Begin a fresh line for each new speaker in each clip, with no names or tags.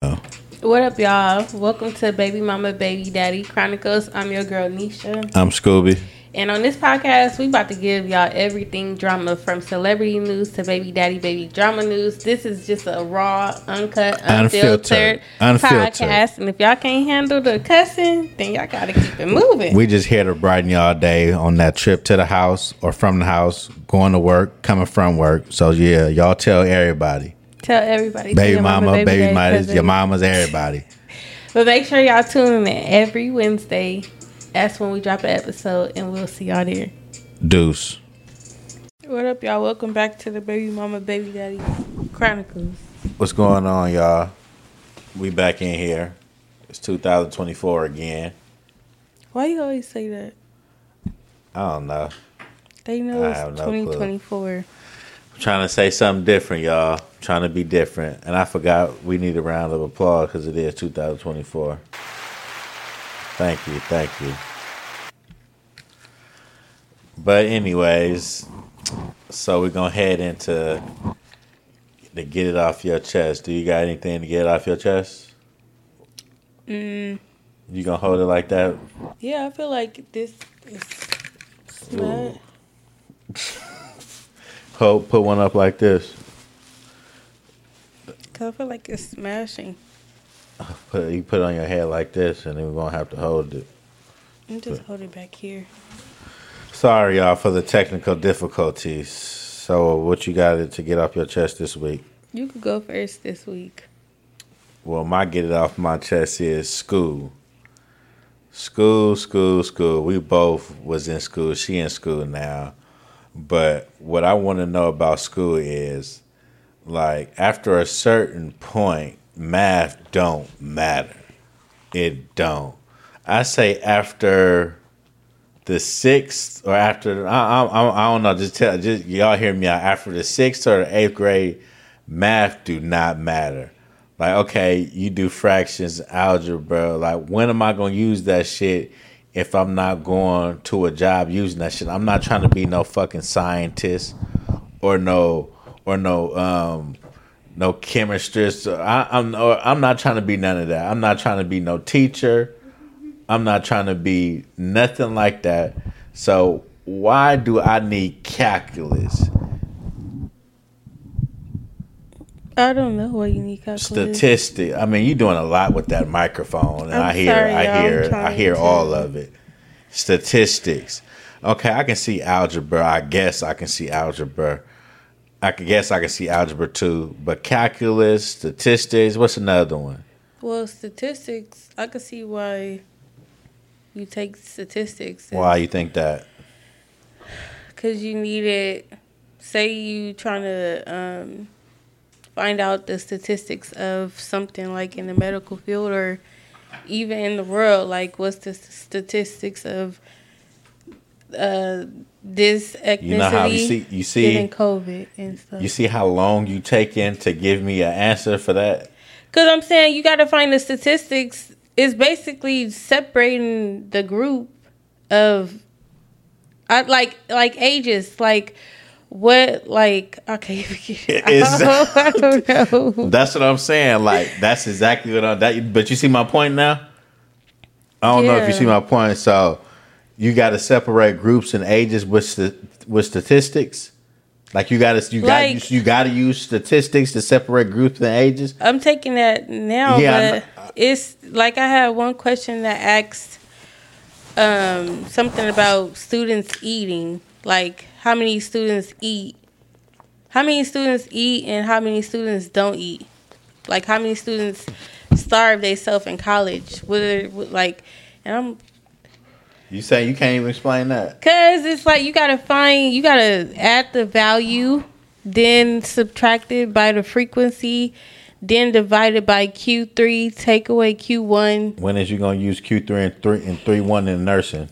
Oh,
What up, y'all? Welcome to Baby Mama, Baby Daddy Chronicles. I'm your girl, Nisha.
I'm Scooby.
And on this podcast, we about to give y'all everything drama from celebrity news to baby daddy baby drama news. This is just a raw, uncut, unfiltered,
Unfiltered. Unfiltered.
podcast. And if y'all can't handle the cussing, then y'all gotta keep it moving.
We just here to brighten y'all day on that trip to the house or from the house, going to work, coming from work. So yeah, y'all tell everybody,
Tell everybody, tell
baby
your
mama, baby
daddy,
mamas,
cousin.
your mamas, everybody.
But make sure y'all tune in every Wednesday. That's when we drop an episode, and we'll see y'all there.
Deuce.
What up, y'all? Welcome back to the Baby Mama, Baby Daddy Chronicles.
What's going on, y'all? We back in here. It's 2024 again.
Why you always say that?
I don't know.
They know
I
it's
have no clue.
2024.
I'm trying to say something different, y'all. I'm trying to be different. And I forgot we need a round of applause because it is 2024. Thank you. Thank you. But, anyways, so we're going to head into the get it off your chest. Do you got anything to get off your chest? Mm. You going to hold it like that?
Yeah, I feel like this is it's not.
Hold, put one up like this.
Cause I feel like it's smashing.
Put, you put it on your head like this, and then we're going to have to hold it.
I'm just hold it back here.
Sorry, y'all, for the technical difficulties. So, what you got to get off your chest this week?
You could go first this week.
Well, my get it off my chest is school. School, school, school. We both was in school. She in school now. But what I want to know about school is like after a certain point, math don't matter. It don't. I say after the sixth or after I, I, I don't know. Just tell just y'all hear me out. After the sixth or the eighth grade, math do not matter. Like okay, you do fractions, algebra. Like when am I gonna use that shit? If I'm not going to a job using that shit, I'm not trying to be no fucking scientist or no or no um no chemistry. I, I'm or I'm not trying to be none of that. I'm not trying to be no teacher. I'm not trying to be nothing like that. So why do I need calculus,
I don't know what you need calculus.
statistic? I mean, you're doing a lot with that microphone, and
I'm
i hear,
sorry, y'all.
I
I'm
hear, I
trying
hear
to-
all of it. Statistics. Okay, I can see algebra. I guess I can see algebra. I can guess I can see algebra too, but calculus, statistics. What's another one?
well, statistics. I could see why you take statistics.
Why you think that?
because you need it. Say you trying to um, find out the statistics of something like in the medical field or even in the world, like what's the s- statistics of uh, this ethnicity
You know how you see, you
getting
see,
COVID and stuff.
you see how long you taking to give me an answer for that.
Because I'm saying you got to find the statistics. It's basically separating the group of, I like like ages, like what like I can't even get.
Is-
I don't know.
That's what I'm saying. Like that's exactly what I'm. That, but you see my point now. I don't know if you
Yeah.
see my point. So you got to separate groups and ages with st- with statistics. Like you got to you got
Like-
to you got to use statistics to separate groups and ages.
I'm taking that now,
Yeah,
but it's like I had one question that asked um, something about students eating, like how many students eat, how many students eat, and how many students don't eat, like how many students starve themselves in college, whether like, and I'm
You say you can't even explain that.
Cause it's like you gotta find, you gotta add the value, then subtract it by the frequency, then divide it by Q three, take away Q one.
When is you gonna use Q three and three and three one in nursing?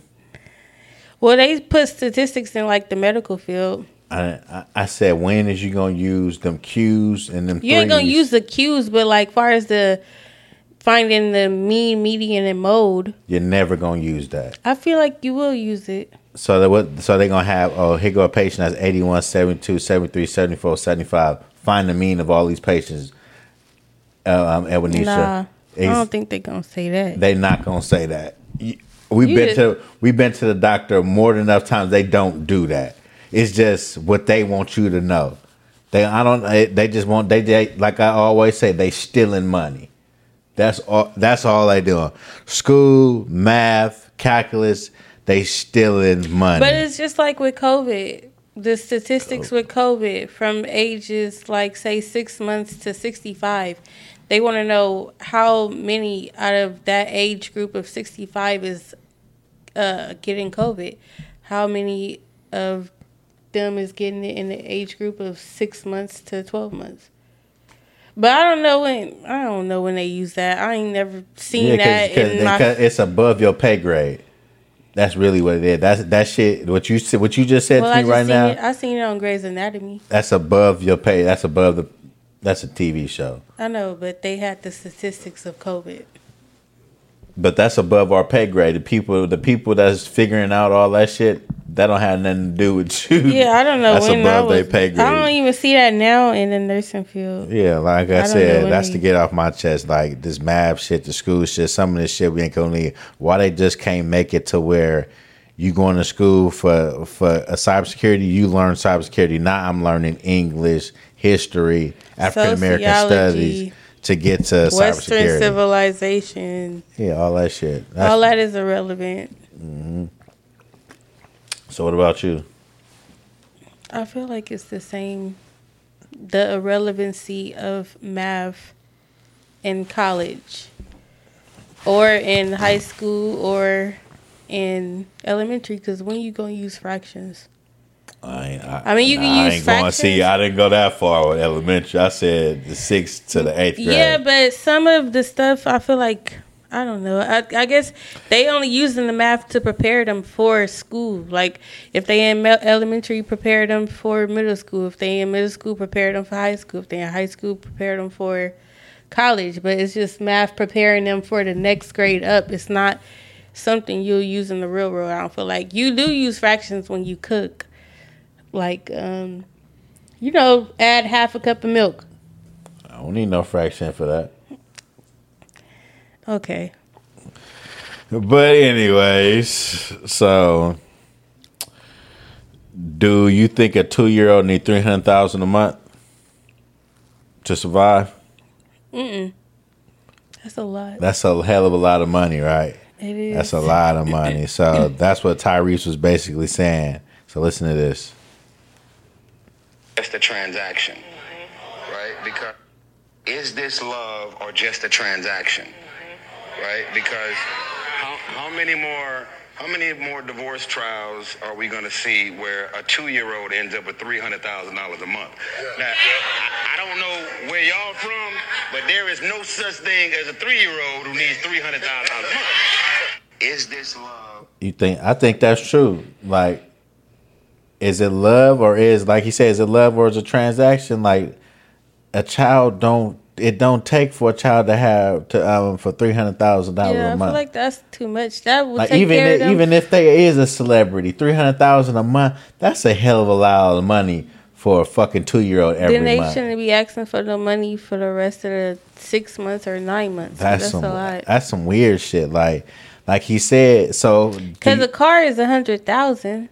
Well, they put statistics in like the medical field.
I, I I said when is you gonna use them Qs and them?
You ain't gonna
threes?
use the Qs, but like far as the finding the mean, median, and mode,
You're never gonna use that.
I feel like you will use it.
So they what? So they gonna have oh here go a patient that's 81, 72, 73, 74, 75. Find the mean of all these patients. Uh, um, Ebenezer.
Nah. I don't think they're gonna say that.
They not gonna say that. You- We've
You
been
just-
to we've been to the doctor more than enough times. They don't do that. It's just what they want you to know. They I don't eh, they just want they, they like I always say they stealing money. That's all that's all they doing. School, math, calculus, they stealing money.
But it's just like with COVID. The statistics
Oh.
with COVID from ages like say six months to sixty five, they want to know how many out of that age group of sixty five is uh, getting COVID. How many of them is getting it in the age group of six months to twelve months? But I don't know when I don't know when they use that. I ain't never seen
Yeah,
that
cause, 'cause-
in my
'cause it's above your pay grade. That's really what it is. That's that shit. What you said, what you just said
well.
to
I
me
just
right
seen
now.
it. I seen it on Grey's Anatomy.
That's above your pay. That's above the. That's a TV show,
I know, but they had the statistics of COVID.
but that's above our pay grade. The people, the people that's figuring out all that shit, that don't have nothing to do with you.
Yeah, I don't know
That's
when I
above
was.
their pay grade.
I don't even see that now in the nursing field.
Yeah, like
I
I,
don't know
said,
what
that's
they-
to get off my chest. Like this math shit, the school shit, some of this shit we ain't gonna need. Why they just can't make it to where you going to school for for a cybersecurity, you learn cybersecurity. Now I'm learning English, history, African American studies
Sociology.
to get to
Western
cybersecurity.
civilization,
yeah, all that shit. That's-
all that is irrelevant. Oh.
so what about you?
I feel like it's the same. The irrelevancy of math in college, or in high school, or in elementary. Because when you gonna use fractions?
I, ain't- I,
I mean, you can
I
use
ain't going to see.
fractions.
I didn't go that far with elementary. I said the sixth to the eighth grade.
Yeah, but some of the stuff I feel like I don't know. I, I guess they only using the math to prepare them for school. Like if they in mel- elementary, prepare them for middle school. If they in middle school, prepare them for high school. If they in high school, prepare them for college. But it's just math preparing them for the next grade up. It's not something you'll use in the real world. I don't feel like you do use fractions when you cook. Like um, you know, add half a cup of milk.
I don't need no fraction for that.
Okay.
But anyways, so do you think a two year old need three hundred thousand a month to survive?
That's a lot.
That's a hell of a lot of money, right?
It is.
That's a lot of money. So that's what Tyrese was basically saying. So listen to this.
just a transaction, right? Because is this love or just a transaction, right? Because how, how many more how many more divorce trials are we going to see where a two-year-old ends up with three hundred thousand dollars a month? Now, I, I don't know where y'all from, but there is no such thing as a three-year-old who needs three hundred thousand dollars a month. Is this love?
You think I think that's true. Like is it love or is like he said, is it love or is it transaction? Like a child don't it don't take for a child to have to um for three hundred thousand dollars
yeah,
a
I
month.
feel like that's too much. That would
Like
take
even
care
if,
of them.
even if they is a celebrity, three hundred thousand a month, that's a hell of a lot of money for a fucking two year old every
then they
month.
shouldn't be asking for no money for the rest of the six months or nine months.
That's,
That's,
some
a lot.
that's some weird shit. Like like he said, so do
Because
you-
a car is a hundred thousand.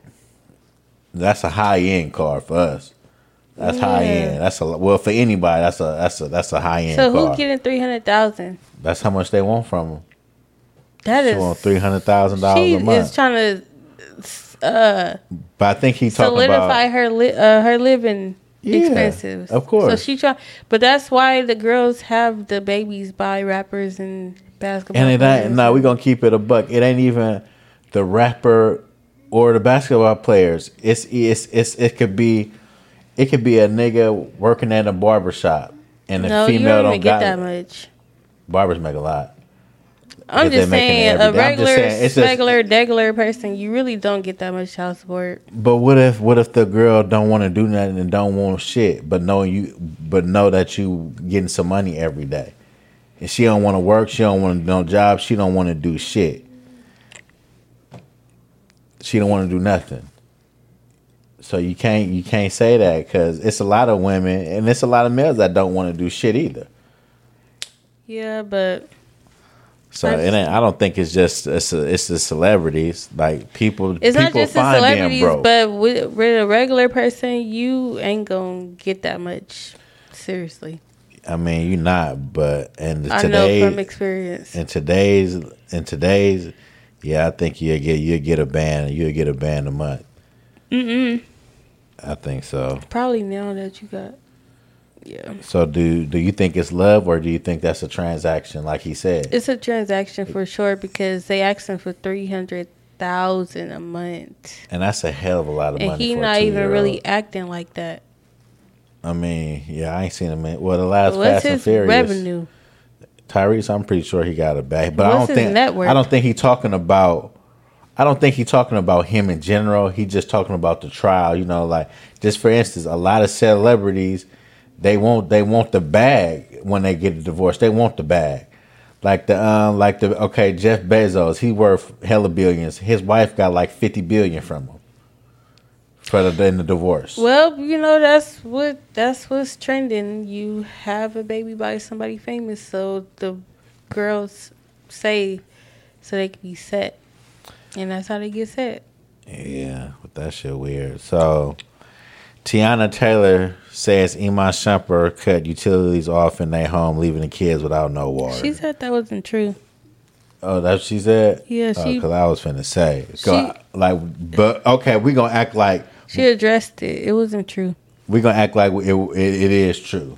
that's a high end car for us. That's high
Yeah.
end. That's a well for anybody. That's a that's a that's a high end
So
car.
who getting three hundred thousand?
that's how much they want from them.
That
She
is.
want three hundred thousand dollars
she
a month.
is trying to uh,
but I think he talking
solidify
about
her li- uh, her living
Yeah,
expenses.
of course.
So she try, but that's why the girls have the babies by rappers and basketball.
and it
players.
ain't no. We gonna keep it a buck. It ain't even the rapper or the basketball players. It's it's it's it could be it could be a nigga working at a barber shop and a
no, you
female
don't
don't
even get
got
that much.
barbers make a lot.
I'm
if they're
just
making it
saying,
every day.
a
I'm just
regular,
saying, it's just-
regular, degular person, you really don't get that much child support.
But what if what if the girl don't want to do nothing and don't want shit, but know you but know that you getting some money every day, and she don't want to work, she don't want to no job, she don't want to do shit, she don't want to do nothing. So you can't you can't say that because it's a lot of women and it's a lot of males that don't want to do shit either.
Yeah, but
So
I've-
it ain't, I don't think it's just it's, a, it's the celebrities like people.
It's
people
not just the
find
celebrities,
them broke.
but with, with a regular person, you ain't gonna get that much. Seriously,
I mean, you're not. But and
I
today
know from experience.
in today's in today's yeah i think you'll get you'll get a ban you'll get a ban a month mm-mm i think so
Probably now that you got, yeah,
so do do you think it's love or do you think that's a transaction like he said
it's a transaction for sure because they asking for three hundred thousand a month,
and that's a hell of a lot of
and
money
he
for
not
a
even
two-year-old.
really acting like that.
i mean yeah i ain't seen him in well the last
What's
fast and
his
furious
revenue?
tyrese i'm pretty sure he got it back but i
What's
don't
his
think
net worth?
i don't think he talking about I don't think he talking about him in general. He just talking about the trial. You know, like just for instance, a lot of celebrities, they want they want the bag when they get a divorce. They want the bag, like the um, like the okay Jeff Bezos. He worth hella billions. His wife got like fifty billion from him for the in the divorce.
Well, you know that's what that's what's trending. You have a baby by somebody famous, so the girls say so they can be set, and that's how they get set.
Yeah, but that shit weird. So Tiana Taylor says Iman Shumper cut utilities off in their home, leaving the kids without no water.
She said that wasn't true.
Oh, that's what she said.
Yeah, she-
Because I was finna say, so,
She-
like, but okay, we gonna act like
She addressed it. It wasn't true.
we gonna act like it, it, it is true.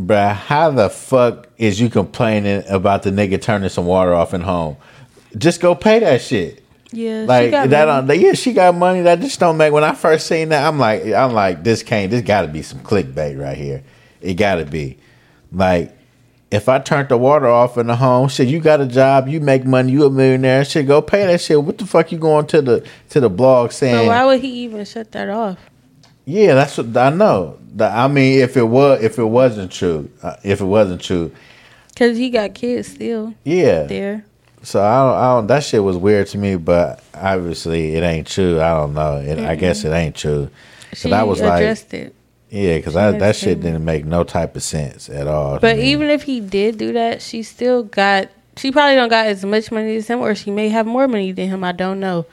Bruh, how the fuck is you complaining about the nigga turning some water off in home? Just go pay that shit.
Yeah, she
Like
got
that
money.
on yeah, she got money that just don't make when I first seen that I'm like I'm like this can't this gotta be some clickbait right here. It gotta be. Like if I turned the water off in the home, shit, you got a job, you make money, you a millionaire, shit, go pay that shit. What the fuck you going to the to the blog
So
saying
why would he even shut that off?
yeah, that's what I know. The- I mean, if it was, if it wasn't true, uh, if it wasn't true,
Cause he got kids still
yeah.
there.
So I don't, I don't. That shit was weird to me, but obviously it ain't true. I don't know. It, I guess it ain't true.
She
Cause I was like,
addressed it.
yeah, because that
understand
shit
it.
didn't make no type of sense at all. to
But e
me.
even if he did do that, she still got. She probably don't got as much money as him, or she may have more money than him. I don't know.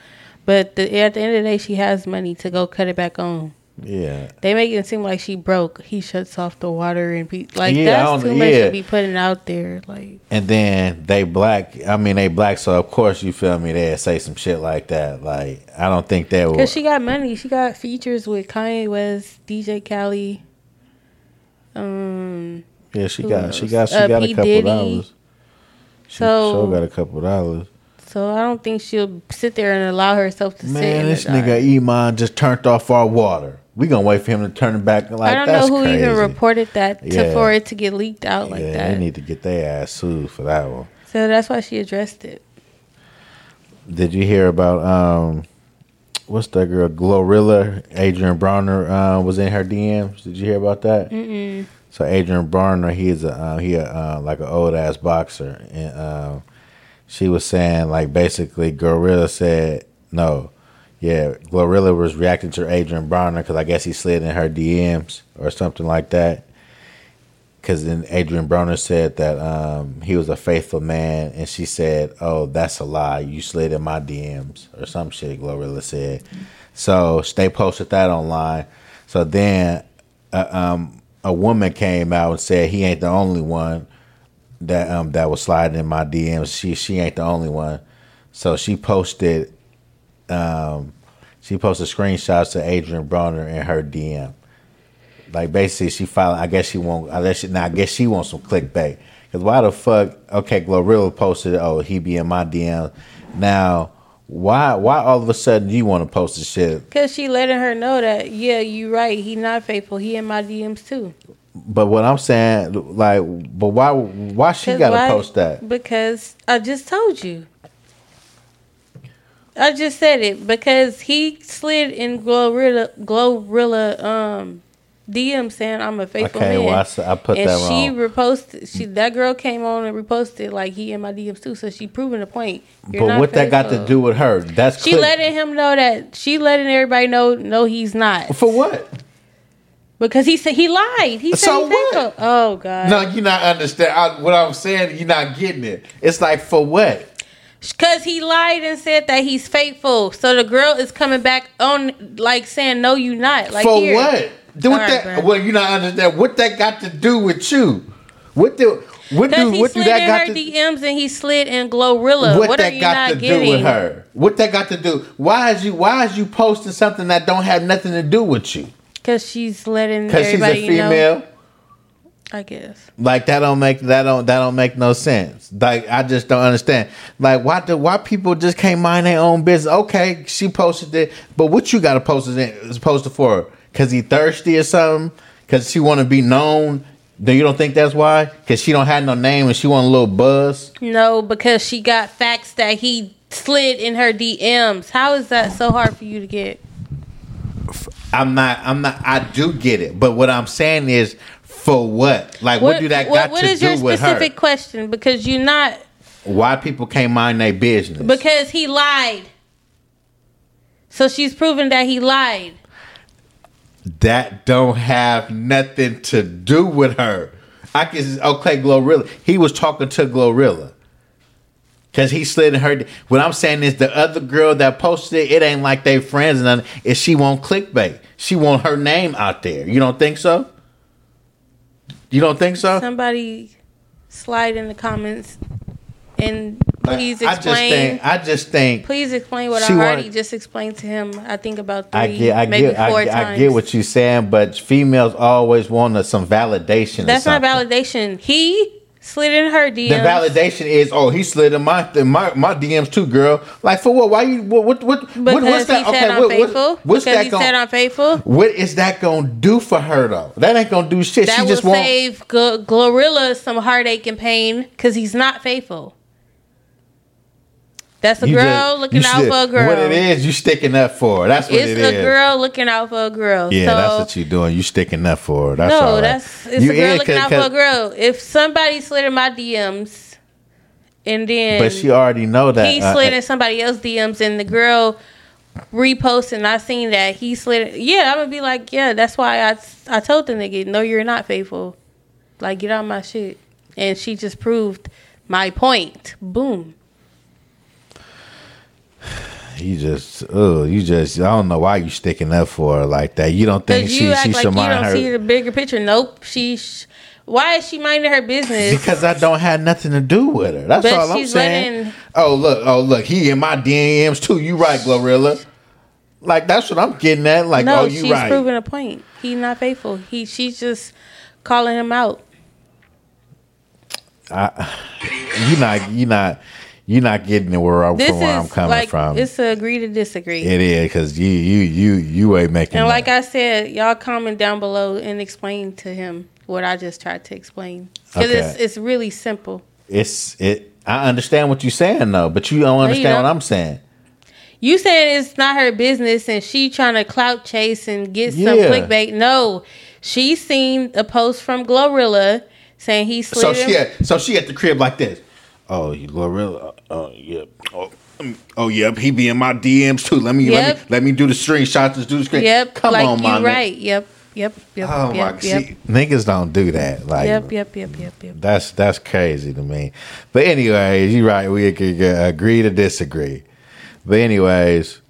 But the, at the end of the day, she has money to go cut it back on.
yeah,
They make it seem like she broke. He shuts off the water and pe- like
Yeah, I
that's
don't-
too much
yeah.
to be putting out there. Like
and then they black. I mean, they black. So of course you feel me. They say some shit like that. Like I don't think that
because
was.
she got money. She got features with Kanye West, DJ Cali. Um.
yeah, she
who
got. She
else?
got. She
Uh,
got
P.
a couple
Diddy.
dollars. She
So-
sure got a couple dollars.
So I don't think she'll sit there and allow herself to sit.
Man,
in the
this
dark.
nigga Iman just turned off our water. We gonna wait for him to turn it back. Like
I don't
that's
know who
crazy.
even reported that to,
Yeah.
for it to get leaked out like
yeah,
that.
they need to get their ass sued for that one.
so that's why she addressed it.
Did you hear about um, what's that girl Glorilla? Adrian Bronner uh, was in her DMs. Did you hear about that? Mm-mm. So Adrian Bronner, he's a uh, he a, uh, like an old ass boxer, and um, she was saying like basically Glorilla said no, yeah, Glorilla was reacting to Adrian Bronner because I guess he slid in her DMs or something like that. Because then Adrian Broner said that um, he was a faithful man, and she said, "Oh, that's a lie. You slid in my DMs or some shit." Glorilla said. So they posted that online. So then a, um, a woman came out and said, "He ain't the only one that um, that was sliding in my DMs. She she ain't the only one." So she posted um, she posted screenshots to Adrian Broner in her DM. Like basically, she filed. I guess she won't. I guess she, now I guess she wants some clickbait. Cause why the fuck? Okay, Glorilla posted. Oh, he be in my DM. Now, why? Why all of a sudden you want to post this shit?
Because she letting her know that, yeah, you right. He not faithful. He in my DMs too.
But what I'm saying, like, but why? Why she
'Cause
gotta
why-
post that?
Because I just told you. I just said it because he slid in Glorilla, Glorilla um, DM saying I'm a faithful
Okay,
man.
well I, s- I put
and
that
she
wrong.
reposted. She that girl came on and reposted like he in my DMs too. So she proving the point. You're
but
not
what that got to
faithful.
do with her? That's
She
click-
letting him know that she letting everybody know no he's not.
for what?
Because he said he lied. He said
So
he
what?
said- Oh God.
No, you're not understand I, what I'm saying. You're not getting it. It's like for what?
Because he lied and said that he's faithful. So the girl is coming back on, like saying, "No, you not." Like
for
here.
what? Do what
All right,
that?
bro.
Well, you not understand what that got to do with you. What do what
Because
do
he
what do
slid
that
in
got
her
to
DMs and he slid in Glorilla.
what,
What, are
that
you
got
not
to
getting?
do with her? What that got to do? Why is you why is you posting something that don't have nothing to do with you?
Because she's letting
Because she's a
everybody
female.
know. I guess.
Like that don't make that don't that don't make no sense. Like I just don't understand. Like why do why people just can't mind their own business? Okay, she posted it, but what you got to post it in- post it for? Cause he thirsty or something? Cause she want to be known? Do you don't think that's why? Cause she don't have no name and she want a little buzz.
No, because she got facts that he slid in her DMs. How is that so hard for you to get?
I'm not. I'm not. I do get it, but what I'm saying is for what? Like what, do that got
what
to
is your
do with her?
specific question? Because you're not.
Why people can't mind their business?
Because he lied. So she's proven that he lied.
that don't have nothing to do with her. I can okay, Glorilla. He was talking to Glorilla. Cause he slid in her. What I'm saying is the other girl that posted it, it ain't like they friends and nothing. Is she want clickbait? She want her name out there. You don't think so? You don't think so?
Somebody slide in the comments and
Like,
please
I just
explain.
think. I just think.
Please explain what
She
I already
wanted-
just explained to him. I think about three,
I get, I
maybe
get, I,
four
get-
times.
I get what you're saying, but females always want us some validation. or
That's not
something.
validation. He slid in her DMs.
The validation is, oh, he slid in my in my my DMs too, girl. Like for what? Why you? What? What? what what-
because
what's
he
that?
said
Okay,
I'm
what,
faithful.
what, what's
because
that
he
going?
said I'm faithful.
what is that going to do for her though? That ain't going to do shit.
That
she
will
just won't.
save Gl- Glorilla some heartache and pain because he's not faithful. That's a
you
girl
just-
looking
you
out
should-
for a girl.
What it is, you sticking up for. her. That's what
It's
it
a
is.
girl looking out for a girl.
Yeah,
so,
that's what you doing. You sticking up for. Her. That's
no,
all right.
that's it's
You
a girl
is,
looking
'cause-
out for a
'cause-
girl. If somebody slid in my DMs, and then
But she already know that.
he
uh,
slid in somebody else's DMs and the girl reposted and I seen that he slid yeah I'm gonna be like yeah that's why I I told the nigga no you're not faithful like get out my shit and she just proved my point boom
You just, oh, you just. I don't know why you sticking up for her like that. You don't think
because
she
you act
she
like
should
you
mind
don't
her?
see the bigger picture nope she sh- why is she minding her business
Because I don't have nothing to do with her. That's
But
all I'm
she's
saying.
letting-
Oh look, oh look, he in my DMs too. You right, Glorilla. Like that's what I'm getting at. Like,
no
oh,
she's
you right.
proving a point he's not faithful he she's just calling him out
you not, you not, you not getting it where I'm
this
from. Where
is
I'm coming
like
from. It
it's a agree to disagree
is because you, you, you, you ain't making.
And like
that.
I said, y'all comment down below and explain to him what I just tried to explain. Because it's,
Okay.
it's really simple.
it's it. I understand what you're saying though, but you don't
you
understand what
don't.
I'm saying.
You saying it's not her business and she trying to clout chase and get some
Yeah.
clickbait. No, she seen a post from Glorilla saying he slid.
So
in-
she, at, so she at the crib like this. Oh, you Glorilla. Oh, yeah. Oh, mm, oh, yep. He be in my DMs too. Let me, let me,
Yep.
let me do the screenshots. Let's do the screen.
yep,
Come
like
on,
you
my nigga.
right. Yep, yep, yep.
Oh
yep,
my.
yep,
See, niggas don't do that. Like.
yep, yep, yep, yep, yep.
That's that's crazy to me, but anyways, you right. We could uh, agree to disagree, but anyways,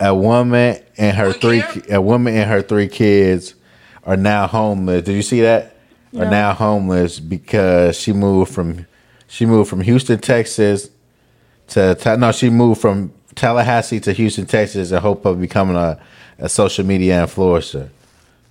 a woman and her three a woman and her three kids are now homeless. Did you see that? Are
No.
now homeless because she moved from she moved from Houston, Texas to Ta- no, she moved from Tallahassee to Houston, Texas, in hope of becoming a, a social media influencer,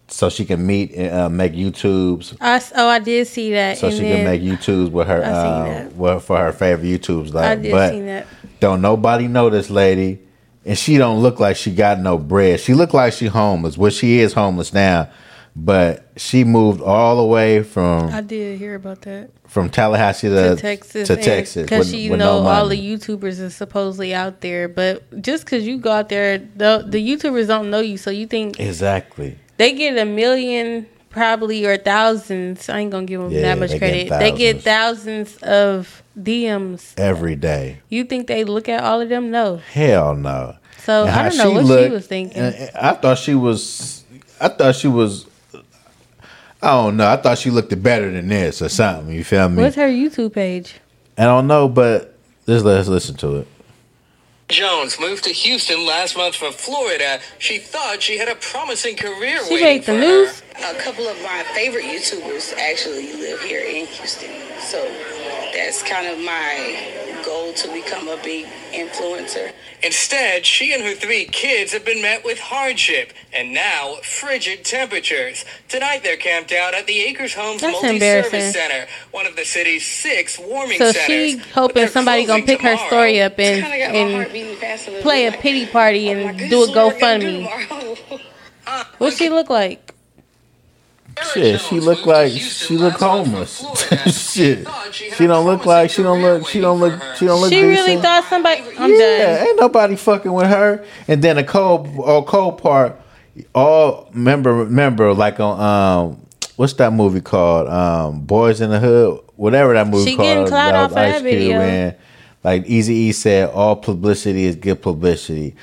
so she can meet and uh, make YouTubes,
I s oh, I did see that.
so
and
she
then
can make YouTubes with her
I seen
uh,
that.
well, for her favorite YouTubes. Like,
I did
but
see that.
don't nobody know this lady, and she don't look like she got no bread. She look like she homeless. Well, she is homeless now, but she moved all the way
I
from
did hear about that.
from Tallahassee to,
to Texas
to Texas
because
with-
you
with
know
no
all
money.
the YouTubers is supposedly out there, but just because you go out there, the the YouTubers don't know you, so you think
exactly.
they get a million probably or thousands. I ain't gonna give them
Yeah,
that much
they
credit.
get
they get thousands of DMs.
Every day.
You think they look at all of them? No.
Hell no.
So
And
I
how uh,
don't know what she
looked-
was thinking.
and- and I thought she was. I thought she was I don't know. I thought she looked better than this or something. You feel me?
What's her YouTube page?
I don't know, but just let's listen to it.
Jones moved to Houston last month from Florida. She thought she had a promising career
She
waiting
made
for
the
her.
news.
A couple of my favorite YouTubers actually live here in Houston. So that's kind of my goal to become a big influencer.
Instead, she and her three kids have been met with hardship and now frigid temperatures. Tonight, they're camped out at the Acres Homes
That's
Multi-Service
embarrassing.
Center, one of the city's six warming
So
centers.
she hoping somebody gonna pick her story up and
It's kinda got my heart
and
beating fast little
play a
bit, like,
pity party
"Oh my
and do a
goodness, Lord, what do
GoFundMe.
I do tomorrow?"
What she look like?
Shit, she look like she look homeless. Shit, she don't look like she don't look she don't look she don't look.
She really
decent.
thought somebody. I'm
yeah,
done.
ain't nobody fucking with her. And then the cold or cold part, all remember remember like on um what's that movie called? Um Boys in the Hood, whatever that movie
She
called.
getting clout
that
off
was
of that
Ice Cube
video.
in. Like Easy E said, all publicity is good publicity.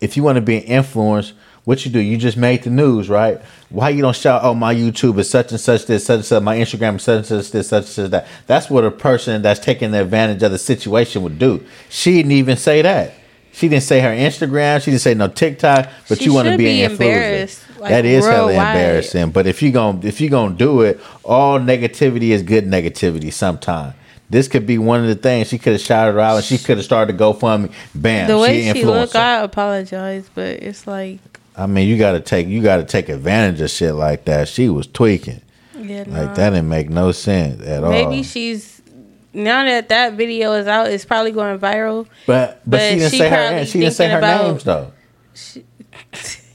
If you want to be an influence, what you do, you just made the news, right? Why you don't shout, oh my YouTube is such and such this, such and such, my Instagram is such and such this, such and such that. That's what a person that's taking advantage of the situation would do. She didn't even say that. She didn't say her Instagram. She didn't say no TikTok. But
She
you want to
should
be,
be
an
embarrassed,
influencer.
like,
that is hella
worldwide.
embarrassing. But if you gonna if you gonna do it, all negativity is good negativity. Sometime this could be one of the things she could have shouted her out, and she could have started to go GoFundMe. Bam,
The way
she an
she look,
influencer.
I apologize, but it's like,
I mean, you gotta take you gotta take advantage of shit like that. She was tweaking.
yeah,
Like
nah.
that didn't make no sense at all.
Maybe she's now that that video is out, it's probably going viral.
but, but
but
she didn't
she
say her
probably
she didn't say her
thinking about-
names though.
She,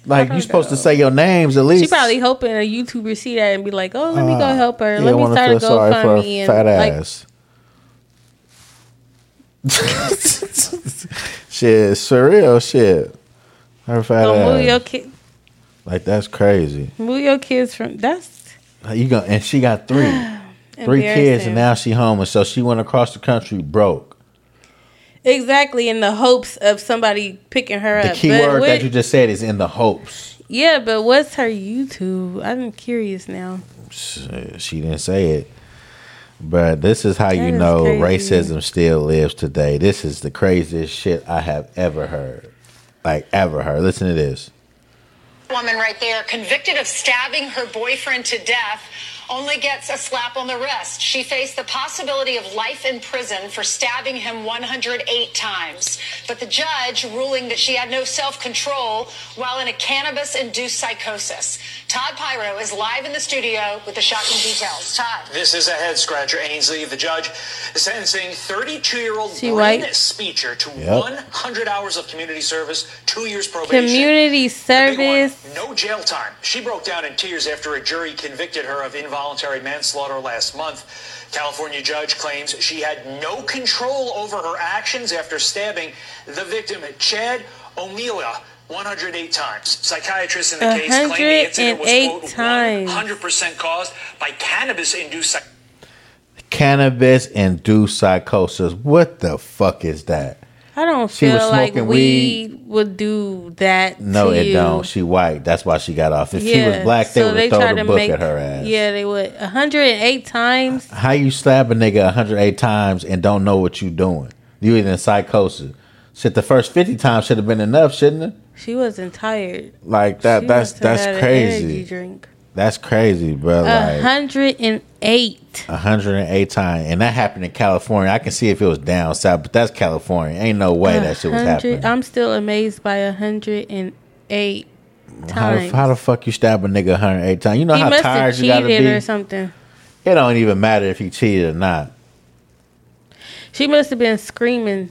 Like
don't
you supposed to
know.
say your names at least.
she probably hoping a YouTuber see that and be like, "Oh, let me go
Ah,
help her.
yeah,
let me
wanna
start a
feel sorry for her
GoFundMe." And
fat
like,
ass. shit, surreal shit. Her fat
gonna move your
ass.
kid,
Like that's crazy.
move your kids from that's
You going and she got three, three kids,
embarrassing.
and now she homeless. So she went across the country broke.
exactly in the hopes of somebody picking her
The
up.
key
But
word
what-
that you just said is in the hopes.
yeah, but what's her YouTube? I'm curious now.
she didn't say it. But this is how you
That is
know
crazy.
racism still lives today. This is the craziest shit I have ever heard. Like ever heard. Listen to this.
woman right there, convicted of stabbing her boyfriend to death, only gets a slap on the wrist. She faced the possibility of life in prison for stabbing him 108 times. But the judge ruling that she had no self control while in a cannabis induced psychosis. Todd Pyro is live in the studio with the shocking details. Todd.
This is a head scratcher, Ainsley. The judge sentencing 32 year old
She
Bryn
white?
Speecher to
Yep.
100 hours of community service, two years probation.
Community
The big one,
service.
No jail time. She broke down in tears after a jury convicted her of involuntary manslaughter last month. California judge claims she had no control over her actions after stabbing the victim, Chad O'Meala. 108 times. Psychiatrists in the case claim the incident was
108
quote,
times.
100% caused by cannabis-induced psych-
Cannabis induced psychosis. What the fuck is that?
I don't
She was
feel like
smoking
weed would do that.
No,
to
it
you.
don't. She white. That's why she got off. If she was black, they would have
tried
thrown
to
the book
make-
at her ass.
Yeah, they would. 108 times.
How you slap a nigga 108 times and don't know what you doing? You in psychosis. Shit, the first 50 times should have been enough, shouldn't it?
She wasn't tired.
Like that
She
that's
must have had
that's
an energy
crazy.
drink.
That's crazy, bro. Like
108.
108 times, and that happened in California. I can see if it was down south, but that's California. Ain't no way that shit was
100
happening.
I'm still amazed by 108
how, the,
times.
how the fuck you stab a nigga 108 times? You know
he
how
must have
tired you gotta
cheated
be.
or something.
It don't even matter if he cheated or not.
She must have been screaming,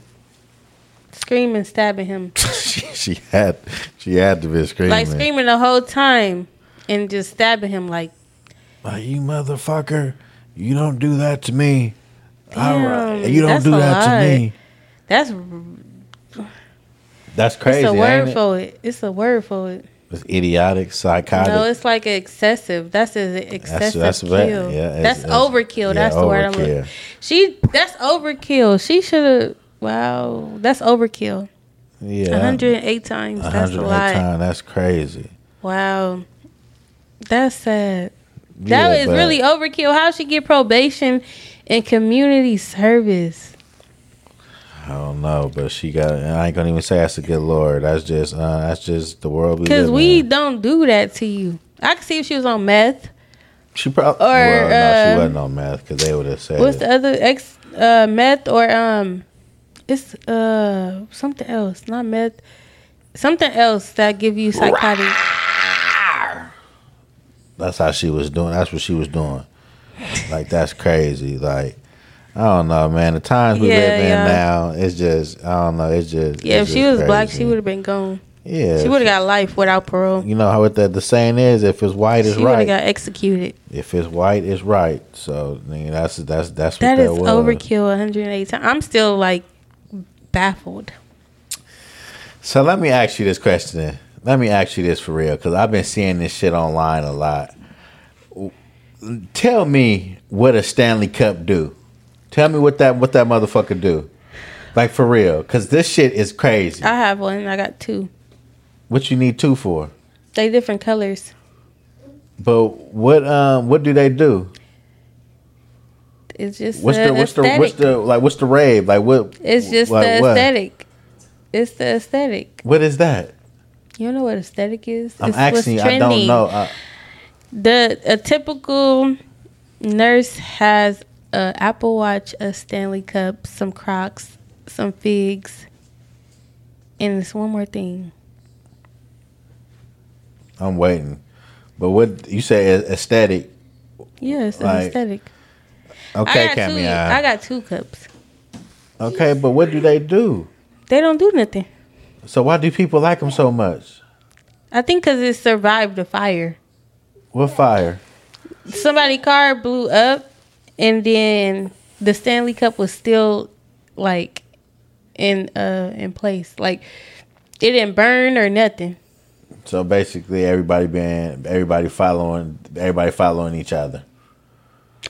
screaming, stabbing him.
she, she had she had to be screaming.
Like screaming the whole time and just stabbing him like,
Like, you motherfucker, you don't do that to me. I-
Damn,
you don't
that's
do
a
that
lot.
to me.
that's
That's crazy.
it's a
ain't
word
it?
for it. It's a word for it.
It's idiotic, psychotic.
No, it's like excessive. That's an excessive
that's bad.
kill.
Yeah, it's-
that's
it's-
overkill.
yeah,
that's the word I'm
overkill.
looking. She that's overkill. She should have. Wow, that's overkill.
yeah,
108 times. That's a
108
lot.
times. That's crazy.
Wow, that's sad. That
Yeah,
is
but-
really overkill. How she get probation and community service?
I don't know, but she got. and I ain't gonna even say that's a good lord. That's just. Uh, that's just the world we
Because
live
we
in.
don't do that to you. I could see if she was on meth.
She probably.
or,
well, no,
uh,
she wasn't on math because they would have said.
What's
it.
the other ex uh, meth or um, it's uh something else, not meth, something else that give you psychotic.
That's how she was doing. That's what she was doing. Like that's crazy. Like I don't know, man. The times we
Yeah,
live in
yeah.
now, it's just I don't know. It's just
Yeah, if
it's
she
just
was black,
crazy.
she would have been gone.
Yeah,
She would have got life without parole.
You know how what the the saying is: if it's white,
She
it's
would have
right.
got executed.
if it's white, it's right. So nigga, that's that's that's what
That
that,
is
was.
overkill 108 times. I'm still like baffled.
So let me ask you this question. then. Let me ask you this for real, because I've been seeing this shit online a lot. Tell me what a Stanley Cup do. Tell me what that what that motherfucker do. Like for real, because this shit is crazy.
I have one. I got two.
What you need two for?
They different colors.
But what um what do they do?
It's just
What's
the,
the what's the
aesthetic.
what's the like what's the rave like what?
it's just
like,
the
what?
aesthetic. It's the aesthetic.
What is that?
You know what aesthetic is?
I'm
it's
asking. you, I don't know. I,
The a typical nurse has a Apple Watch, a Stanley Cup, some Crocs, some figs, and it's one more thing.
I'm waiting. But what you say a- aesthetic?
Yeah, it's an
Like,
aesthetic.
Okay, uh,
I got two.
Cameo.
I got two cups.
Okay, but what do they do?
They don't do nothing.
So why do people like them so much?
I think because it survived the fire.
What fire?
Somebody car blew up, and then the Stanley Cup was still like in uh in place. Like it didn't burn or nothing.
So basically, everybody being everybody following everybody following each other.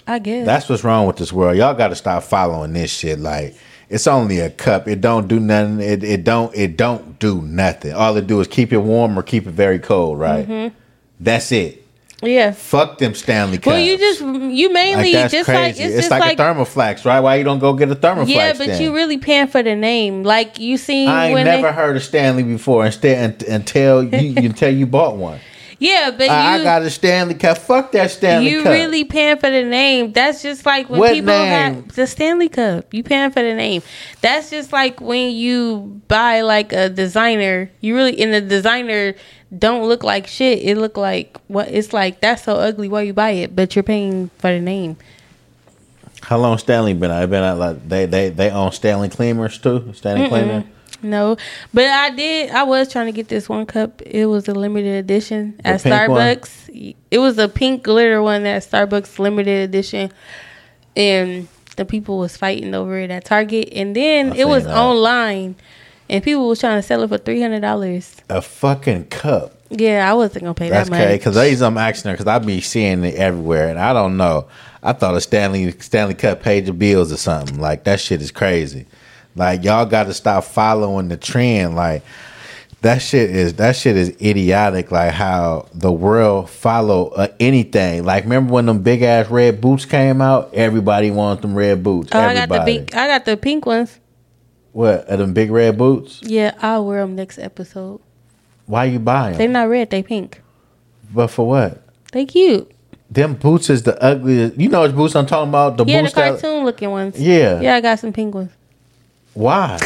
I guess.
That's what's wrong with this world. Y'all got to stop following this shit. Like it's only a cup. It don't do nothing. It it don't it don't do nothing. All it do is keep it warm or keep it very cold. Right.
Mm-hmm.
That's it.
yeah.
Fuck them Stanley Cups.
Well, you just you mainly
that's
just like it's,
crazy. It's,
just
like,
like,
a thermoflax, right? Why you don't go get a thermoflax?
yeah, but
then?
you really paying for the name. Like you seen
I ain't
when
never
they,
heard of Stanley before. Instead, until you until you bought one,
yeah, but
I, I
you
got a Stanley Cup. Fuck that Stanley
you
Cup.
really paying for the name. That's just like when
What
people
name?
have the Stanley Cup. You paying for the name. That's just like when you buy like a designer. You really and the designer don't look like shit. It look like what it's like. That's so ugly. Why you buy it? But you're paying for the name.
How long Stanley been out? Been out like they they they own Stanley Cleaners too. Stanley Cleaner.
No, but I did. I was trying to get this one cup. It was a limited edition at
pink one?
Starbucks. It was a pink glitter one at Starbucks limited edition, and the people was fighting over it at Target. And then
I
it was
seen that.
online, and people was trying to sell it for three hundred dollars.
A fucking cup.
Yeah, I wasn't gonna pay
That's
that
crazy.
much.
Because these I'm asking her because I be seeing it everywhere, and I don't know. I thought a Stanley Stanley Cup paid your bills or something. Like that shit is crazy. Like y'all got to stop following the trend. Like that shit is that shit is idiotic. Like how the world follow uh, anything. Like remember when them big ass red boots came out? Everybody wanted them red boots.
Oh, I got
Everybody.
the big. I got the pink ones.
what? Are them big red boots?
Yeah, I'll wear them next episode.
Why you buying?
They
Them?
not red. They pink.
But for what?
They cute.
Them boots is the ugliest. You know which boots I'm talking about? The
Yeah, the
boots that-
cartoon looking ones.
Yeah.
Yeah, I got some pink ones.
Why?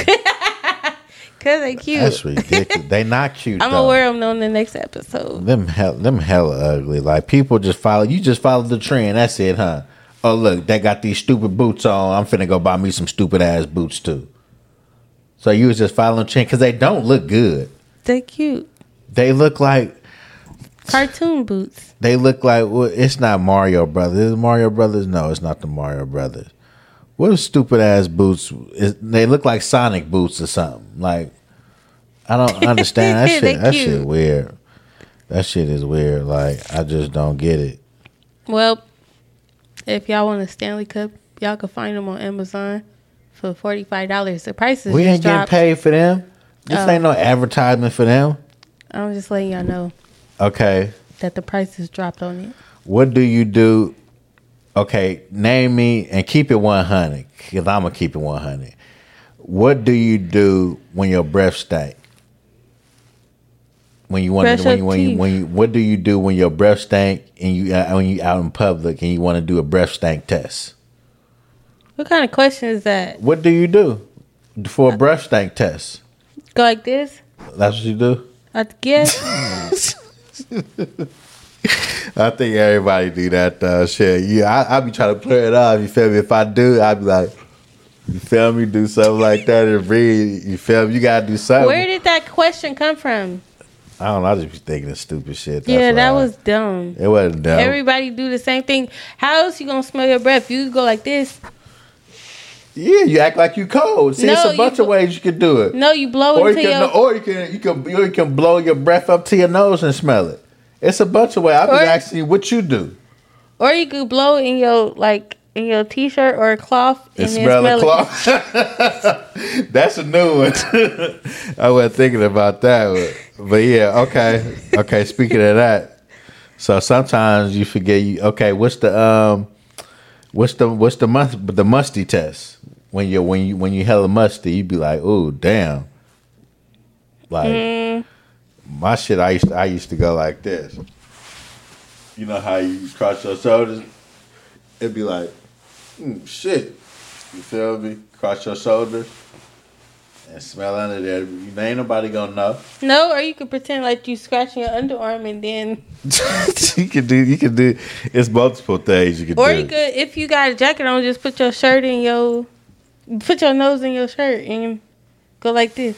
Cause they cute.
That's ridiculous. they not cute.
I'm
though.
gonna wear them on the next episode.
them hell them hella ugly. Like people just follow you just follow the trend. That's it, huh? Oh look, they got these stupid boots on. I'm finna go buy me some stupid ass boots too. So you was just following trend because they don't look good.
They cute
They look like
cartoon boots.
they look like well, it's not Mario Brothers. Is it Mario Brothers? No, it's not the Mario Brothers. What are stupid ass boots? Is, they look like Sonic boots or something. Like I don't understand that
They
shit. That
cute.
shit weird. That shit is weird. Like I just don't get it.
Well, if y'all want a Stanley Cup, y'all can find them on Amazon for forty five dollars. The prices
We
just
ain't getting
dropped.
paid for them. This
Oh.
ain't no advertisement for them.
I'm just letting y'all know
Okay.
that the prices dropped on it.
What do you do? Okay, name me and keep it 100 because I'm going to keep it 100. What do you do when your breath stank? When you want
Brush
to, when
your
you, when you,
teeth.
when you, what do you do when your breath stank and you uh, when you out in public and you want to do a breath stank test?
What kind of question is that?
What do you do for
Uh,
a breath stank test?
Go like this?
That's what you do.
I guess.
I think everybody do that though. Shit, yeah, I, I be trying to play it off. You feel me? If I do, I be like, you feel me? Do something like that and breathe. You feel me? You gotta do something.
Where did that question come from?
I don't know. I just be thinking of stupid shit. That's
yeah, that
why.
was dumb.
It wasn't dumb.
Everybody do the same thing. How else you gonna smell your breath? You go like this.
yeah, you act like you cold. See,
No,
it's a
you
bunch of
bl-
ways you can do it.
No, you blow
or you
into
can,
your
or you can, you can, or you can blow your breath up to your nose and smell it. It's a bunch of ways. I
Or-
was asking you what you do.
Or you could blow in your like in your t-shirt or a cloth
And
and then
smell a
smell it.
cloth. That's a new one. I wasn't thinking about that one. But yeah, okay. Okay, speaking of that. So sometimes you forget you okay, what's the um what's the what's the must the musty test? When you when you when you hella musty, you be like, oh damn. Like my shit I used to I used to go like this. You know how you cross your shoulders? It'd be like, mm, shit. You feel me? Cross your shoulders and smell under there. You ain't nobody gonna know.
No, or you could pretend like you scratching your underarm and then
you can do. You can do. It's multiple things you can
or
do.
you could if you got a jacket on, just put your shirt in your put your nose in your shirt and go like this.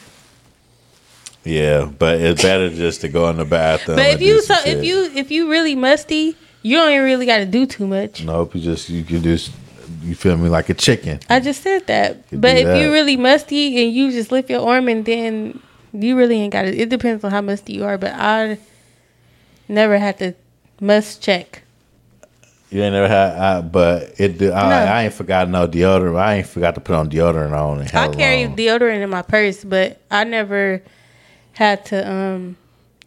yeah, but it's better just to go in the bathroom.
But if
and
you
do
so
some
if
shit.
you if you really musty, you don't even really gotta do too much.
nope, you just you can just you feel me like a chicken.
I just said that.
Could
But
do
if
that.
you really musty and you just lift your arm and then you really ain't got it. It depends on how musty you are, but I never had to must check.
You ain't never had, I, but it. Do, I,
No.
I ain't forgot no deodorant. I ain't forgot to put on deodorant on. In
I
hella
carry
long.
deodorant in my purse, but I never had to um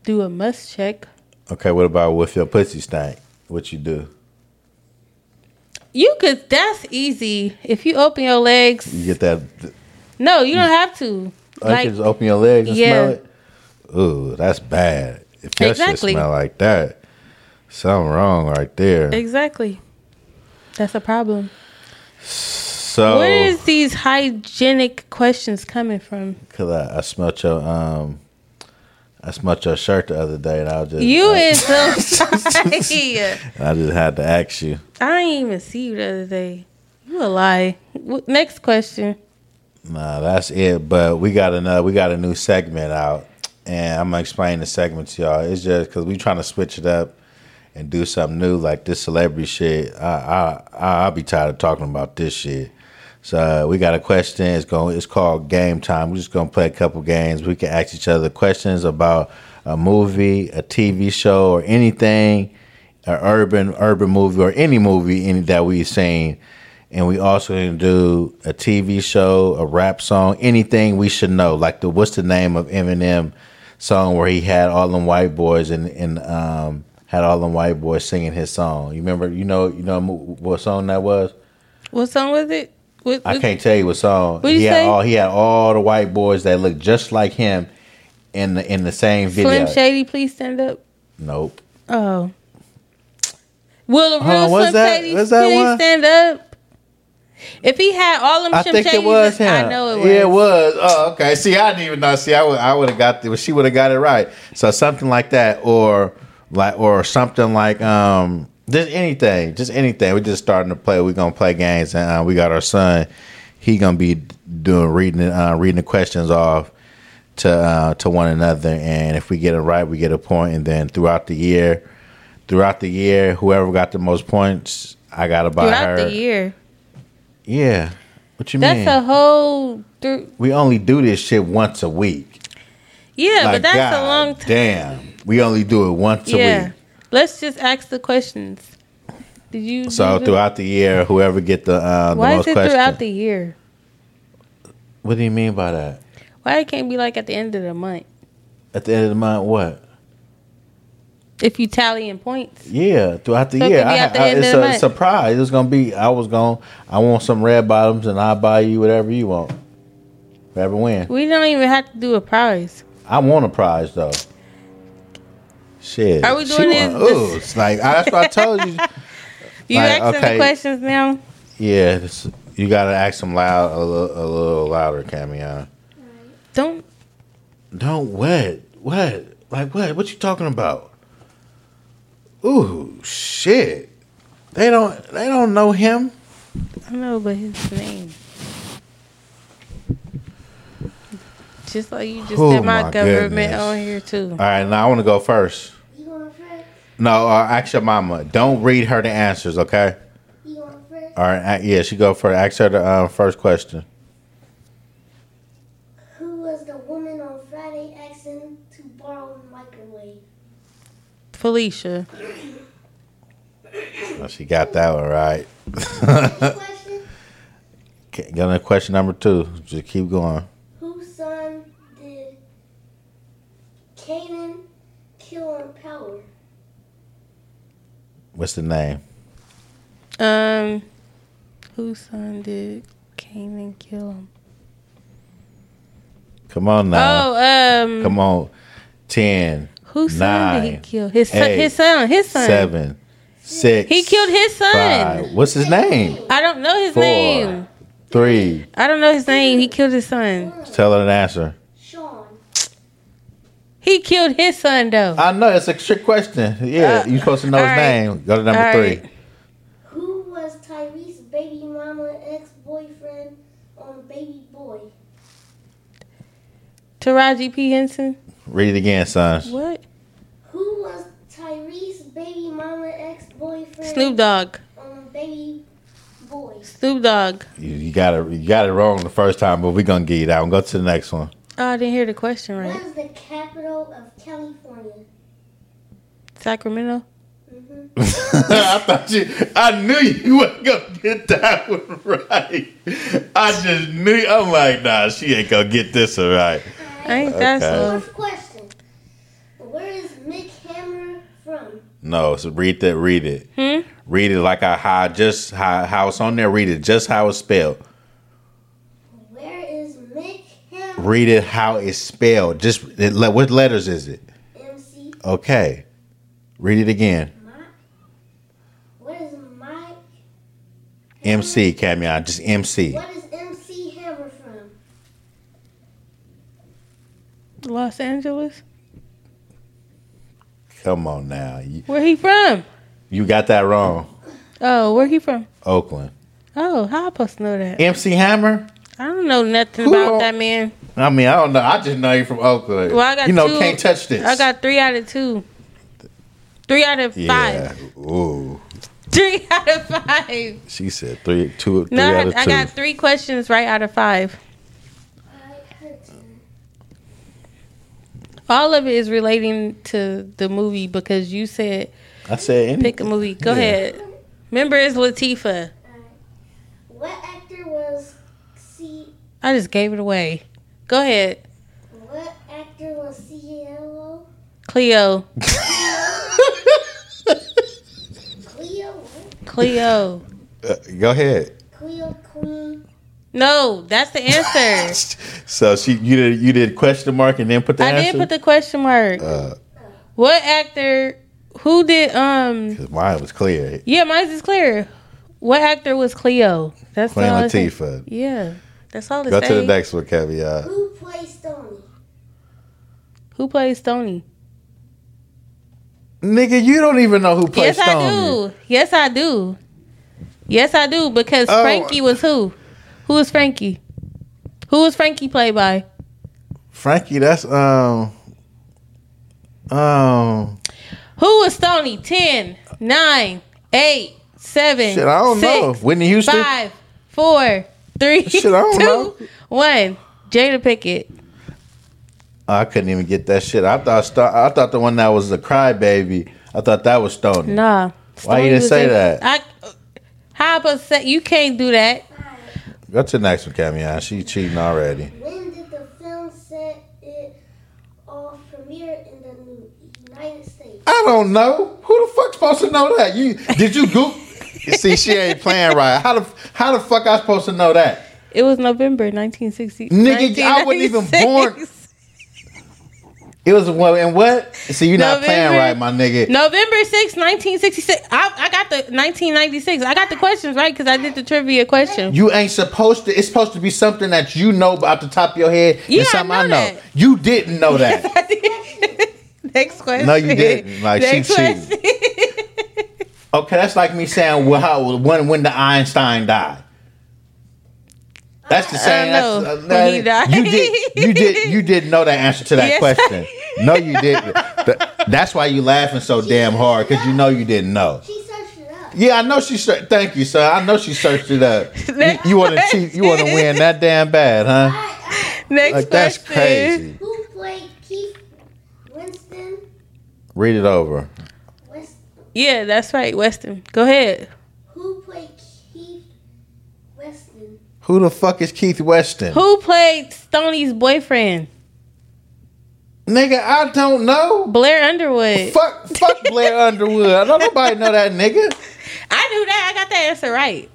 do a must check.
okay, what about with your pussy stank? What you do?
You could that's easy. If you open your legs
You get that
no, you don't have to.
Oh,
Like
you can just open your legs and
yeah.
smell it. Ooh, that's bad. If that
Exactly.
shit smell like that, something wrong right there.
exactly. That's a problem.
so,
Where is these hygienic questions coming from?
cause I, I smelled your um, I smelled your shirt the other day, and I was just
You
I,
is so lying.
I just had to ask you.
I didn't even see you the other day. You a lie. Wh- Next question.
Nah, that's it. But we got another. We got a new segment out, and I'm gonna explain the segment to y'all. It's just because we trying to switch it up and do something new, like this celebrity shit. I I I- I'll be tired of talking about this shit. So we got a question. It's going. It's called game time. We're just gonna play a couple games. We can ask each other questions about a movie, a TV show, or anything, an urban urban movie or any movie any, that we've seen. And we also gonna do a TV show, a rap song, anything we should know. Like the what's the name of Eminem song where he had all them white boys and and um had all them white boys singing his song. You remember? You know? You know what song that was?
What song was it? What,
I
what-
can't tell you what song.
What'd
he
you
had
say?
all he had all the white boys that looked just like him in the in the same video.
Slim Shady, please stand up.
Nope.
Oh. Will the real
Huh, what's
Slim
that-
Shady
what's that
please
one?
stand up? If he had all them
I
Slim
think it
Shadys,
was him.
I know it was.
Yeah, it was. Oh, okay. See, I didn't even know. See, I would I would have got the she would have got it right. So something like that, or like or something like um just anything, just anything. We're just starting to play. We're gonna play games, and uh, we got our son. He gonna be doing reading it, uh, reading the questions off to uh, to one another, and if we get it right, we get a point, and then throughout the year. Throughout the year, whoever got the most points, I gotta buy
Throughout
her.
the year.
Yeah, what you mean?
That's a whole. Through,
We only do this shit once a week.
yeah, but
Like,
that's
God
a long time.
Damn. We only do it once a
Yeah.
week.
Let's just ask the questions. Did you?
So
do-
throughout the year, whoever get the uh, the
Mm-hmm. Why
most
is it
questions.
throughout the year?
what do you mean by that?
Why it can't be like at the end of the month?
At the end of the month, what?
if you tally in points.
Yeah, throughout the
So it
year,
could be
I,
at the
I,
end
it's
of the
a
month.
surprise. It's gonna be. I was going. to I want some red bottoms, and I'll buy you whatever you want. Whatever win.
We don't even have to do a prize.
I want a prize though. Shit.
Are we
She
doing
want-
this-
Ooh, it's like I, that's what I told you.
You
Like,
asking
okay.
the questions now?
Yeah, this, you gotta ask them loud, a little, a little louder, Camion.
Don't
Don't what? What? Like what? What you talking about? Ooh, shit. They don't. They don't know him.
I know, but his name. Just like you just
Oh,
said, my,
my
government
goodness.
on here too.
All right, now I want to go first.
You going first?
No, uh, ask your mama. Don't read her the answers, okay?
You going first?
All right, a- yeah, she go for it. Ask her the um, first question.
Who was the woman on Friday asking to borrow the microwave?
Felicia,
Oh, she got that one right. Uh,
Question:
Okay, Go to question number two. Just keep going.
Whose son did Canaan kill on power?
What's the name?
um, whose son did Cain and kill him?
Come on now.
oh, um,
Come on. Ten,
whose son did he
nine,
kill? His son,
eight,
his son, his son.
seven, six.
He killed his son.
five. What's his name?
I don't know his
Four.
name.
Three.
I don't know his name. He killed his son.
Tell her an answer.
Sean.
He killed his son though.
I know it's a trick question. Yeah,
Uh,
you supposed to know his
all right.
name. Go to number
All
three.
right.
Who was Tyrese's baby mama and ex-boyfriend on Baby Boy?
Taraji P Henson.
Read it again, son.
What?
Who was Tyrese's baby mama and ex-boyfriend
Snoop Dogg.
on Baby Boy?
Snoop Dogg.
You, you got it. You got it wrong the first time, but we gonna give you that one. Go to the next one.
Oh, I didn't hear the question right.
What is the capital of California?
Sacramento.
hmm
I thought you. I knew you wasn't gonna get that one right. I just knew. I'm like, nah, she ain't gonna get this one right.
I ain't that slow.
Fourth question. Where is Mick Hammer from?
No, so read that. Read it.
Hmm?
Read it like I how just how how it's on there. Read it just how it's spelled.
Where is Mick Hammer?
Read it how it's spelled. Just it, le- what letters is it?
MC
Okay. Read it again.
Mike. What is Mike?
MC Camion. Just MC.
What is MC Hammer from?
Los Angeles.
Come on now. You,
Where he from?
you got that wrong.
Oh, where he from?
Oakland.
Oh, how I supposed to know that?
MC Hammer.
I don't know nothing
Who
about
don't-
that man.
I mean, I don't know. I just know you from Oakland.
Well, I got
you know,
two-
can't touch this.
I got three out of two. Three out of
yeah.
five.
Ooh,
Three out of five.
she said three, two, three
No, I,
out of
I
two.
got three questions right out of five.
I heard you.
All of it is relating to the movie because you said
I said any-
pick a movie. Go
Yeah.
ahead. Remember, it's Latifa.
What actor was C?
I just gave it away. Go ahead,
What actor was CLO?
Cleo.
Cleo. what?
Cleo.
Uh, go ahead.
Cleo Queen.
No, that's the answer.
So she, you did, you did question mark and then put the
I
answer.
did put the question mark.
Uh,
What actor? Who did? Um.
'cause mine was clear.
Yeah, mine's is clear. What actor was Cleo? That's
Queen
all it said.
Latifah.
Yeah, that's all it
Go to the
says.
next one, caveat.
Who plays Stony?
Who plays Stony?
Nigga, you don't even know who played
Yes,
Stone.
I do. Yes, I do. Yes, I do. Because
Oh.
Frankie was who? Who was Frankie? Who was Frankie played by?
Frankie, that's um, um,
Who was Stony? 10, 9, 8, 7,
shit. I don't know.
six,
Whitney Houston.
five, four, three,
Shit, I don't
two,
know.
one. Jada Pickett.
Oh, I couldn't even get that shit. I thought Star- I thought the one that was the crybaby. I thought that was Stone.
Nah.
Why you didn't
was
say
in-
that?
I, how about say you can't do that?
Go to the next one, Camion. She cheating already.
When did the film set it off premiere in the United States?
I I don't know. Who the fuck's supposed to know that? You did you goop? See, she ain't playing right. How the how the fuck I supposed to know that?
It was November 1960.
Nigga, I wasn't even
1996.
It was well and what? See, you're not playing
November-
right, my nigga.
November 6, 1966. I, I got the 1996. I got the questions right because I did the trivia question.
You ain't supposed to. It's supposed to be something that you know about the top of your head
Yeah, I
and something I
know
know.
that.
You didn't know that.
Next question.
No, you didn't. Like, she cheated. okay, that's like me saying, "Well, how, when when did Einstein die?" That's the same.
don't
That's, uh,
know when he died.
You did. You did. You didn't know the answer to that
Yes, I-
question. No, you didn't. Th- That's why you laughing so damn hard because you know you didn't know.
She searched it up.
Yeah, I know she. Ser- Thank you, sir. I know she searched it up. You, you want to cheat? You want to win that damn bad, huh?
Next
Like
question.
that's crazy.
Who played Keith Winston?
Read it over.
West,
Yeah, that's right, Weston. Go ahead.
who played Keith Weston?
Who the fuck is Keith Weston?
Who played Stoney's boyfriend?
Nigga, I don't know.
Blair Underwood.
Fuck, fuck Blair Underwood. I don't nobody know that nigga.
I knew that. I got that answer right.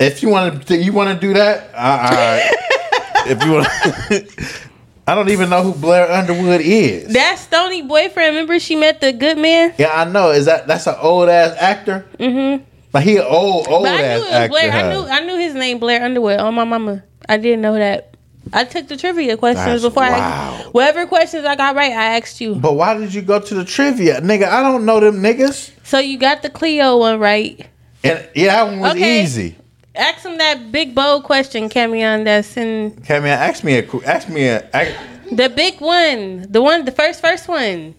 If you want to, you want to do that. I, I, if you want, I don't even know who Blair Underwood is.
That Stony boyfriend. Remember, she met the good man.
yeah, I know. Is that that's an old ass actor? Mm-hmm. Like he an old old
But I
ass
knew it was
actor.
Blair.
huh?
I knew I knew his name, Blair Underwood. Oh my mama, I didn't know that. I took the trivia questions
That's
before. I,
wild.
whatever questions I got right, I asked you.
But why did you go to the trivia, nigga? I don't know them niggas.
So you got the Cleo one right.
And yeah, that one was
Okay.
easy.
Ask him that big bold question, Camion. That's in
Okay, man, ask me a qu- ask me a. ask-
the big one, the one, the first, first one.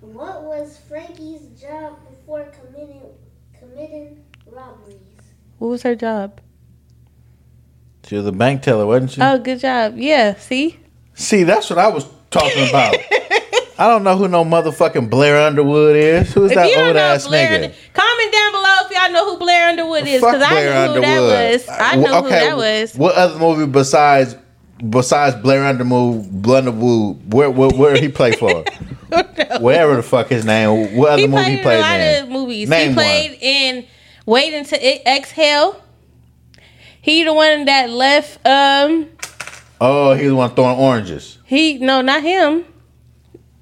What was Frankie's job before committing committing robberies?
What was her job?
she was a bank teller, wasn't she?
Oh, good job. Yeah. See,
See, that's what I was talking about. I don't know who no motherfucking Blair Underwood is. Who's
if
that
you don't
old
know
ass
Blair,
nigga?
Under- comment down below if y'all know who Blair Underwood is, because I knew who that was. I
Uh,
know who
okay,
that was.
What other movie besides besides Blair Underwood, Blunderwood, where where, where he play for? Whatever the fuck his name. What other
He
movie he
played in a
played
lot
in?
of movies.
Name
he
one.
played in Wait Until It Exhale. He the one that left. Um,
Oh, he was the one throwing oranges.
he no, not him.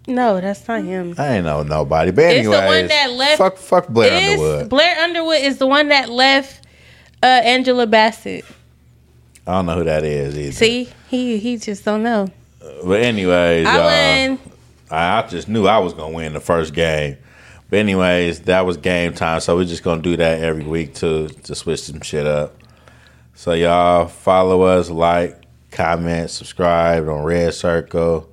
No, that's not him.
I ain't know nobody. But
It's the one
anyways,
that left-
fuck fuck Blair
Is-
Underwood.
Blair Underwood is the one that left uh, Angela Bassett.
I don't know who that is either.
See, he he just don't know.
But anyways, uh,
I won.
I, I just knew I was gonna win the first game. But anyways, that was game time, so we're just gonna do that every week to to switch some shit up. So y'all follow us, like, comment, subscribe on Red Circle.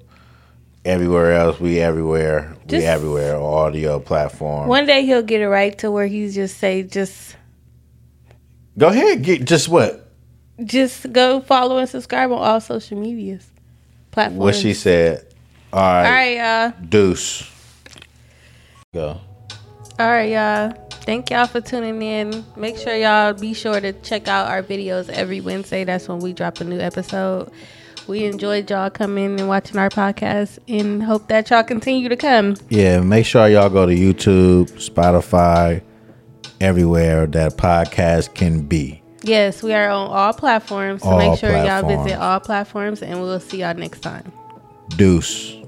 Everywhere else, we everywhere, we
Just-
everywhere on audio platform.
One day he'll get it right to where he just say just
Go ahead, get just what
just go follow and subscribe on all social medias platforms.
what she said. All right,
All right, y'all.
deuce. Go.
All right, y'all. Thank y'all for tuning in. Make sure y'all be sure to check out our videos every Wednesday. That's when we drop a new episode. We enjoyed y'all coming and watching our podcast and hope that y'all continue to come.
Yeah, make sure y'all go to YouTube, Spotify, everywhere that podcast can be.
Yes, we are on all platforms. So
All
make sure y'all
platforms.
visit all platforms and we'll see y'all next time.
Deuce.